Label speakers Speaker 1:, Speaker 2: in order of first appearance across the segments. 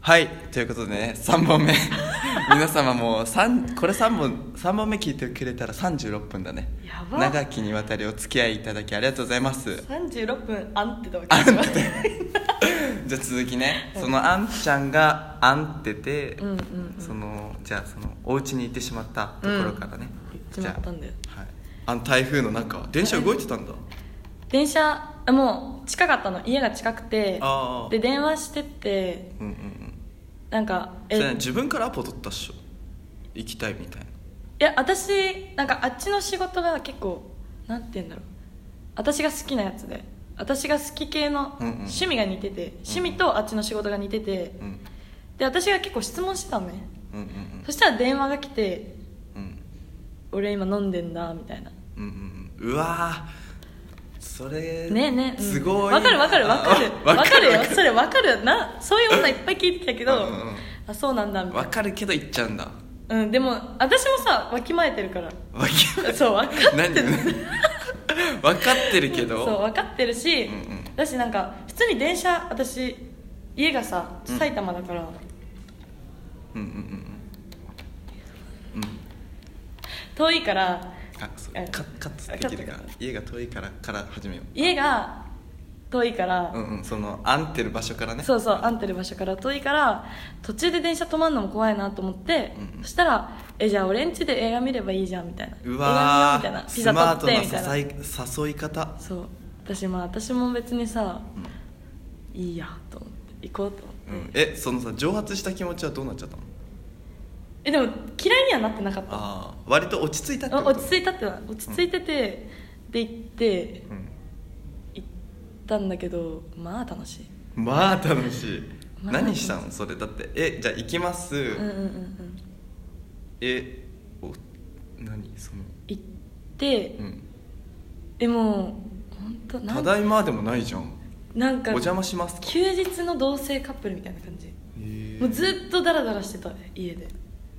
Speaker 1: はいということでね3本目 皆様も三これ3本三本目聞いてくれたら36分だね
Speaker 2: やば
Speaker 1: 長きにわたりお付き合いいただきありがとうございます
Speaker 2: 36分あんってとこ
Speaker 1: あんって
Speaker 2: 聞きます
Speaker 1: じゃあ続きねそのあんちゃんがあんってて、
Speaker 2: うんうんうん
Speaker 1: そのじゃあそのお家に行ってしまったところからね、
Speaker 2: 行っちまったんだよ
Speaker 1: じゃあはい、あの台風の中電車動いてたんだ
Speaker 2: 電車あもう近かったの家が近くて
Speaker 1: ああ
Speaker 2: で電話してって
Speaker 1: うんうんうん
Speaker 2: なんか
Speaker 1: それね
Speaker 2: え
Speaker 1: 自分からアポ取ったっしょ行きたいみたいない
Speaker 2: や私なんかあっちの仕事が結構なんて言うんだろう私が好きなやつで私が好き系の
Speaker 1: うんうん
Speaker 2: 趣味が似てて、趣味とあっちの仕事が似てて、
Speaker 1: うん
Speaker 2: で私が結構質問してたのね、
Speaker 1: うんうん
Speaker 2: そしたら電話が来て
Speaker 1: うんうん
Speaker 2: 「俺今飲んでんだ」みたいな
Speaker 1: うんうんうんうわーそれ
Speaker 2: ねえねえ、うん
Speaker 1: すごい
Speaker 2: わかるわかるわかる
Speaker 1: あ わ
Speaker 2: わかるよ
Speaker 1: わか
Speaker 2: それわかるなそういう女いっぱい聞いてたけど
Speaker 1: うんうんうん
Speaker 2: あそうなんだみたい
Speaker 1: わかるけど行っちゃうんだ
Speaker 2: なうんでも私もさわきまえて るから
Speaker 1: わけ
Speaker 2: そう分かって
Speaker 1: 何
Speaker 2: る
Speaker 1: わかってるけ
Speaker 2: そう
Speaker 1: ど
Speaker 2: 分かってるし、
Speaker 1: うんうん
Speaker 2: だしなんか普通に電車私家がさ
Speaker 1: うん
Speaker 2: 埼玉だから、
Speaker 1: うんうんうんうんうん
Speaker 2: 遠いから
Speaker 1: あそう
Speaker 2: え
Speaker 1: カッカットできるか
Speaker 2: カット
Speaker 1: 家が遠いからから始めよう
Speaker 2: 家が遠いから、
Speaker 1: うんうんその編んてる場所からね
Speaker 2: そうそうあんてる場所から遠いから途中で電車止まるのも怖いなと思って、
Speaker 1: うんうん
Speaker 2: そしたら「えじゃあ俺ん家で映画見ればいいじゃん」みたいな
Speaker 1: うわ
Speaker 2: 映画見ようみたいな
Speaker 1: ー
Speaker 2: ピ
Speaker 1: スマ
Speaker 2: ザ
Speaker 1: ート
Speaker 2: 取
Speaker 1: な
Speaker 2: ってみたいな
Speaker 1: 誘い誘い方
Speaker 2: そう私まあ私も別にさ
Speaker 1: うん
Speaker 2: いいやと思って行こうと思って、
Speaker 1: うんえそのさ蒸発した気持ちはどうなっちゃったの
Speaker 2: えでも嫌いにはなってなかった
Speaker 1: ああ割と落ち着いたってこ
Speaker 2: あ
Speaker 1: と
Speaker 2: 落ち着いたってな落ち着いてて、で行って行ったんだけどまあ楽しい
Speaker 1: うん、まあ楽しい
Speaker 2: まあ
Speaker 1: 何したのそれだってえじゃあ行きます、
Speaker 2: うんうんうんうん
Speaker 1: えお何その
Speaker 2: 行って
Speaker 1: うん
Speaker 2: でも本当な
Speaker 1: た
Speaker 2: ん
Speaker 1: だいまでもないじゃん
Speaker 2: なん
Speaker 1: お
Speaker 2: か
Speaker 1: 邪魔しますかへ
Speaker 2: 休日の同性カップルみたいな感じ
Speaker 1: え
Speaker 2: もうずっとダラダラしてた家で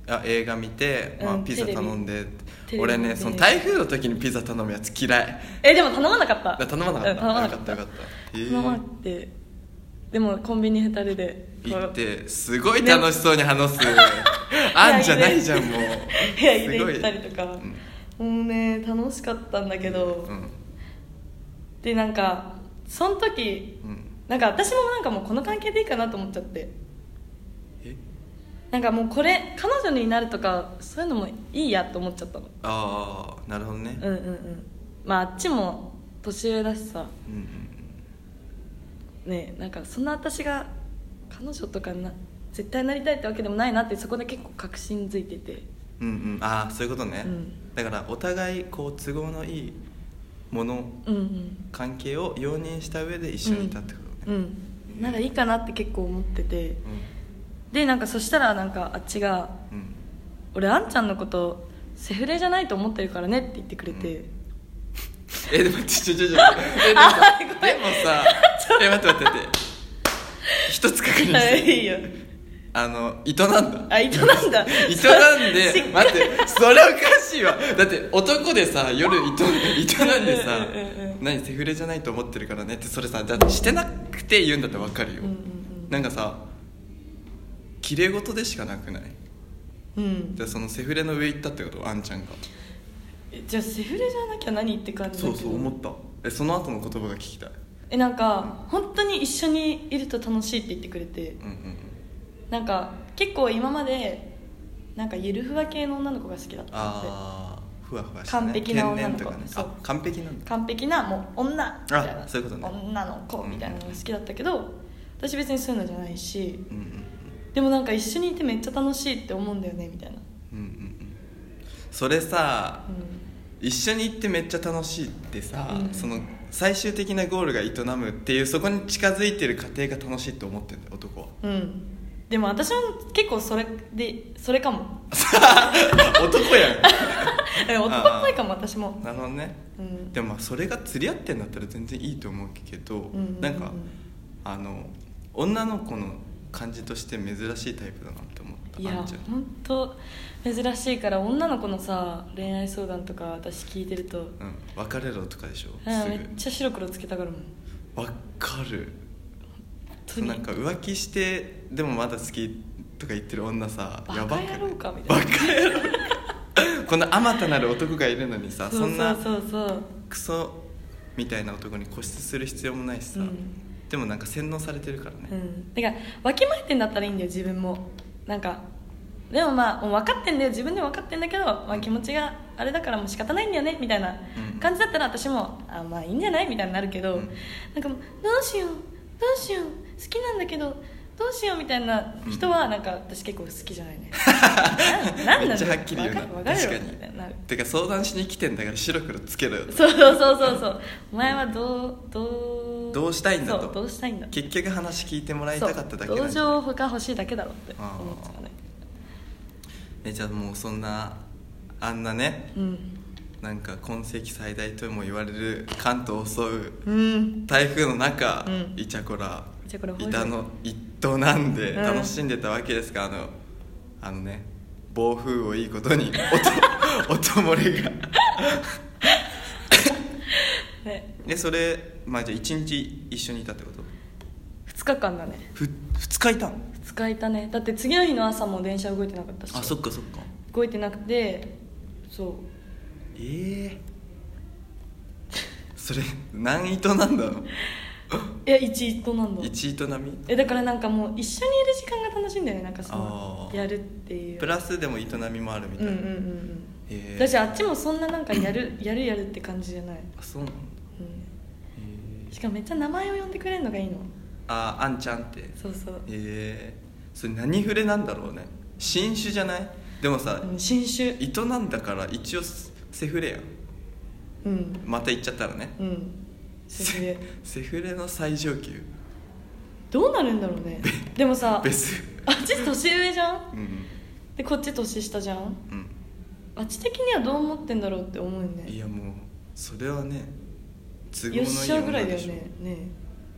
Speaker 1: あ映画見て、まあ、
Speaker 2: うん
Speaker 1: ピザ頼んで
Speaker 2: テレビ
Speaker 1: 俺
Speaker 2: テレビ
Speaker 1: ね
Speaker 2: 見て
Speaker 1: その台風の時にピザ頼むやつ嫌い
Speaker 2: えでも頼まなかっ
Speaker 1: だ
Speaker 2: た
Speaker 1: 頼まなかった
Speaker 2: うん頼まなかった
Speaker 1: よかったよかったへえ
Speaker 2: 頼まなくてでもコンビニ二人でこう
Speaker 1: 行ってすごい楽しそうに話す、 あんじゃないじゃんもう
Speaker 2: 部屋着
Speaker 1: す
Speaker 2: で
Speaker 1: ご
Speaker 2: 行
Speaker 1: い
Speaker 2: ったりとか、
Speaker 1: うん
Speaker 2: もうね楽しかったんだけど、
Speaker 1: うん
Speaker 2: でなんかその時
Speaker 1: うん
Speaker 2: なんか私もなんかもうこの関係でいいかなと思っちゃって
Speaker 1: え
Speaker 2: なんかもうこれ彼女になるとかそういうのもいいやと思っちゃったの
Speaker 1: ああなるほどね
Speaker 2: うんうんうんまああっちも年上だしさ
Speaker 1: うんうん
Speaker 2: ねえなんかそんな私が彼女とかな絶対なりたいってわけでもないなってそこで結構確信づいてて
Speaker 1: うんうんうんああそういうことね、
Speaker 2: うん
Speaker 1: だからお互いこう都合のいいもの
Speaker 2: うんうん
Speaker 1: 関係を容認した上で一緒にいたってこと
Speaker 2: う
Speaker 1: ね
Speaker 2: んなんかいいかなって結構思ってて
Speaker 1: うん
Speaker 2: でなんかそしたらなんかあっちが
Speaker 1: うん
Speaker 2: 「俺あんちゃんのことセフレじゃないと思ってるからね」って言ってくれて、
Speaker 1: えでもちょちょちょち ょえでもさでもさえ待って待って待って 一つ確認
Speaker 2: は
Speaker 1: して
Speaker 2: いいいよ
Speaker 1: あの営んだ
Speaker 2: あ営
Speaker 1: 営ん
Speaker 2: んだしっ
Speaker 1: で待ってそれおかしいわだって男でさ夜営んで営んでさ
Speaker 2: うんうんうんうん
Speaker 1: 何セフレじゃないと思ってるからねってそれさだってしてなくて言うんだってわかるよ、
Speaker 2: うんうん
Speaker 1: なんかさ綺麗事でしかなくない
Speaker 2: うんうん
Speaker 1: じゃあそのセフレの上行ったってことあんちゃんが
Speaker 2: えじゃあセフレじゃなきゃ何って感じだけ
Speaker 1: そ
Speaker 2: ど
Speaker 1: うそう思ったえその後の言葉が聞きたい
Speaker 2: えなんか本当に一緒にいると楽しいって言ってくれて
Speaker 1: うんうんうん
Speaker 2: なんか結構今までなんかゆるふわ系の女の子が好きだったんで
Speaker 1: ああふわふわ
Speaker 2: 完璧な女
Speaker 1: 天然
Speaker 2: の子
Speaker 1: とかね
Speaker 2: そう
Speaker 1: あ完璧なんだ
Speaker 2: 完璧なもう女みたいな
Speaker 1: そういうことね
Speaker 2: 女の子みたいなのが好きだったけど、私別にそういうのじゃないし
Speaker 1: うんうん
Speaker 2: でもなんか一緒にいてめっちゃ楽しいって思うんだよねみたいな、
Speaker 1: うんうんうんそれさ
Speaker 2: うん、
Speaker 1: 一緒に行ってめっちゃ楽しいってさ、
Speaker 2: うん
Speaker 1: その最終的なゴールが営むっていうそこに近づいてる過程が楽しいと思ってるんだよ男 は
Speaker 2: うんでも私は結構それでそれかも
Speaker 1: 男やん
Speaker 2: え男っぽいかも私も
Speaker 1: なるほどね
Speaker 2: うん
Speaker 1: でもまあそれが釣り合ってんだったら全然いいと思うけど、
Speaker 2: うんうんうん
Speaker 1: なんかあの女の子の感じとして珍しいタイプだなって思った
Speaker 2: いや
Speaker 1: あんちゃん
Speaker 2: 本当珍しいから女の子のさ恋愛相談とか私聞いてると、うん、
Speaker 1: うん別れろとかでしょ、
Speaker 2: め
Speaker 1: す
Speaker 2: っちゃ白黒つけたがるもん
Speaker 1: ぐわかる
Speaker 2: 当に
Speaker 1: なんか浮気してでもまだ好きとか言ってる女さ
Speaker 2: バカ
Speaker 1: やばくない
Speaker 2: 野郎かみたいな
Speaker 1: バカ野郎こんなあまたなる男がいるのにさそ
Speaker 2: そうん
Speaker 1: な
Speaker 2: そうそうそう
Speaker 1: クソみたいな男に固執する必要もないしさ、
Speaker 2: うん
Speaker 1: でもなんか洗脳されてるからね、
Speaker 2: うんだからわきまえてんだったらいいんだよ自分もなんかでもまあもう分かってんだよ自分でも分かってんだけど、まあ、気持ちがあれだからもう仕方ないんだよねみたいな
Speaker 1: うん
Speaker 2: 感じだったら私もあまあいいんじゃないみたいになるけど、
Speaker 1: うん
Speaker 2: なんかもうどうしようどうしよう好きなんだけどどうしようみたいな人はなんか私結構好きじゃない ねななん
Speaker 1: め
Speaker 2: だ
Speaker 1: っちゃはっきり言うな
Speaker 2: 分かるよ
Speaker 1: 確かに
Speaker 2: みたいになる
Speaker 1: てか相談しに来てんだから白黒つけろよ
Speaker 2: そうそうそうそうそうお前はどうどう
Speaker 1: どうしたいんだと
Speaker 2: そうどうしたいんだ
Speaker 1: 結局話聞いてもらいたかっただけなん
Speaker 2: 同
Speaker 1: じゃない
Speaker 2: 情が欲しいだけだろって
Speaker 1: あー
Speaker 2: 思っちゃうね
Speaker 1: えじゃあもうそんなあんなね
Speaker 2: うん
Speaker 1: なんか今世紀最大とも言われる関東を襲う
Speaker 2: うん
Speaker 1: 台風の中、
Speaker 2: うん
Speaker 1: イチャコラ
Speaker 2: イチャコラホイール
Speaker 1: 板の一途なんで
Speaker 2: うん
Speaker 1: 楽しんでたわけですが、あのあのね暴風をいいことに おとおともれが
Speaker 2: ね
Speaker 1: でそれまあじゃあ1日一緒にいたってこと
Speaker 2: 2日間だね
Speaker 1: ふ2日いたの
Speaker 2: 2日いたねだって次の日の朝も電車動いてなかったし
Speaker 1: あそっかそっか
Speaker 2: 動いてなくてそう
Speaker 1: ええそれ何糸なんだろう
Speaker 2: いや一一となんだ
Speaker 1: 1糸並み
Speaker 2: えだからなんかもう一緒にいる時間が楽しいんだよねなんかその
Speaker 1: あー
Speaker 2: やるっていう
Speaker 1: プラスでも糸並みもあるみ
Speaker 2: う
Speaker 1: たい
Speaker 2: んう
Speaker 1: な、
Speaker 2: んうんうん
Speaker 1: ええ
Speaker 2: 私あっちもそんななんかやるやるやるって感じじゃない、
Speaker 1: あそうなんだ、
Speaker 2: うん、
Speaker 1: え
Speaker 2: しかもめっちゃ名前を呼んでくれるのがいいの
Speaker 1: ああんちゃんって
Speaker 2: そうそう
Speaker 1: えー、それ何触れなんだろうね新種じゃないでもさ、
Speaker 2: うん新種
Speaker 1: 糸なんだから一応セフレやん
Speaker 2: うん
Speaker 1: また行っちゃったらね
Speaker 2: うんそれで
Speaker 1: セフレの最上級
Speaker 2: どうなるんだろうねでもさ
Speaker 1: ベス
Speaker 2: あっち年上じゃん
Speaker 1: うん
Speaker 2: でこっち年下じゃん
Speaker 1: うん
Speaker 2: あっち的にはどう思ってんだろうって思うよ
Speaker 1: い
Speaker 2: ね
Speaker 1: やもうそれはね都合のい
Speaker 2: よっ
Speaker 1: い
Speaker 2: しゃぐ
Speaker 1: 女
Speaker 2: らいだ
Speaker 1: で
Speaker 2: よ
Speaker 1: しょ
Speaker 2: ねね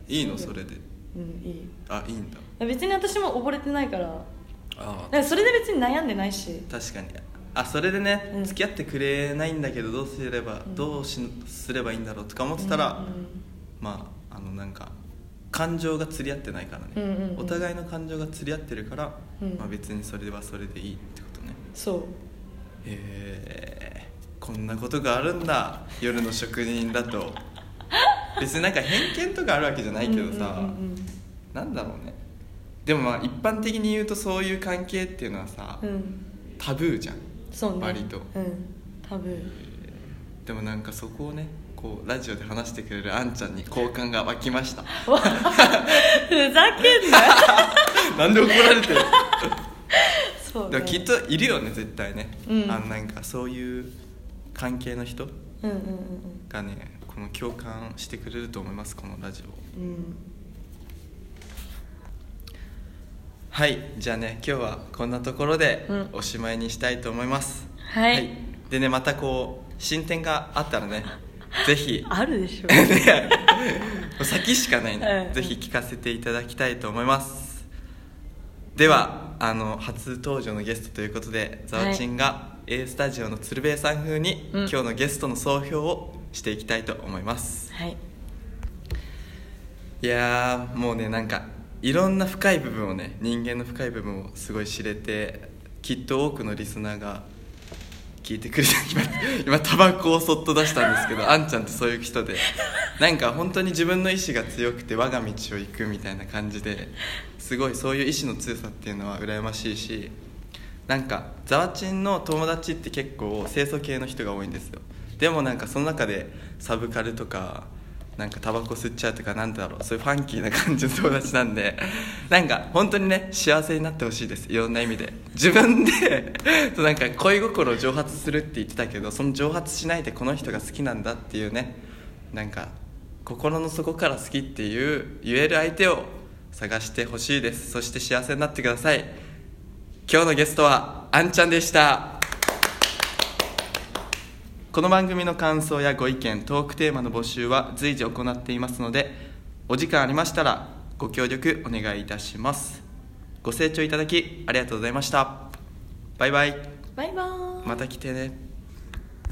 Speaker 1: いいのそれで
Speaker 2: うんいい
Speaker 1: あいいんだ
Speaker 2: 別に私も溺れてないから
Speaker 1: あ
Speaker 2: だからそれで別に悩んでないし
Speaker 1: 確かにあそれでね、
Speaker 2: うん
Speaker 1: 付き合ってくれないんだけどどうすれば、
Speaker 2: うん
Speaker 1: どうしすればいいんだろうとか思ってたら、まああのなんか感情が釣り合ってないからね、
Speaker 2: うんうんうん
Speaker 1: お互いの感情が釣り合ってるから、
Speaker 2: うん
Speaker 1: まあ、別にそれはそれでいいってことね
Speaker 2: そう
Speaker 1: へえこんなことがあるんだ夜の職人だと 別になんか偏見とかあるわけじゃないけどさ、
Speaker 2: うんうん
Speaker 1: なんだろうねでもまあ一般的に言うとそういう関係っていうのはさ、
Speaker 2: うんうんうん
Speaker 1: タブーじゃん
Speaker 2: そうね
Speaker 1: 割と
Speaker 2: うん多分
Speaker 1: でもなんかそこをねこうラジオで話してくれるあんちゃんに好感が湧きました
Speaker 2: わふざけんな
Speaker 1: なんで怒られてる
Speaker 2: そう
Speaker 1: で
Speaker 2: ね
Speaker 1: もきっといるよね絶対ね、
Speaker 2: うん
Speaker 1: あのなんかそういう関係の人
Speaker 2: うんうんうん
Speaker 1: がねこの共感してくれると思いますこのラジオ
Speaker 2: うんうん
Speaker 1: はいじゃあね今日はこんなところで
Speaker 2: うん
Speaker 1: おしまいにしたいと思います、
Speaker 2: はい
Speaker 1: でねまたこう進展があったら ねぜひ
Speaker 2: ある でしょ
Speaker 1: ね先しかないね、
Speaker 2: うん
Speaker 1: ぜひ聞かせていただきたいと思いますではあの初登場のゲストということでざわちんが A スタジオの鶴瓶さん風に、
Speaker 2: うん
Speaker 1: 今日のゲストの総評をしていきたいと思います
Speaker 2: はい
Speaker 1: いやーもうねなんかいろんな深い部分をね人間の深い部分をすごい知れてきっと多くのリスナーが聞いてくれた今 今タバコをそっと出したんですけどあんちゃんってそういう人でなんか本当に自分の意志が強くて我が道を行くみたいな感じですごいそういう意志の強さっていうのは羨ましいしなんかザワチンの友達って結構清楚系の人が多いんですよでもなんかその中でサブカルとかなんかタバコ吸っちゃうとかなんだろうそういうファンキーな感じの友達なんで なんか本当にね幸せになってほしいですいろんな意味で自分で そうなんか恋心を蒸発するって言ってたけどその蒸発しないでこの人が好きなんだっていうねなんか心の底から好きっていう言える相手を探してほしいですそして幸せになってください今日のゲストはあんちゃんでしたこの番組の感想やご意見トークテーマの募集は随時行っていますのでお時間ありましたらご協力お願いいたしますご清聴いただきありがとうございましたバイバイ
Speaker 2: バイバーイ
Speaker 1: また来てね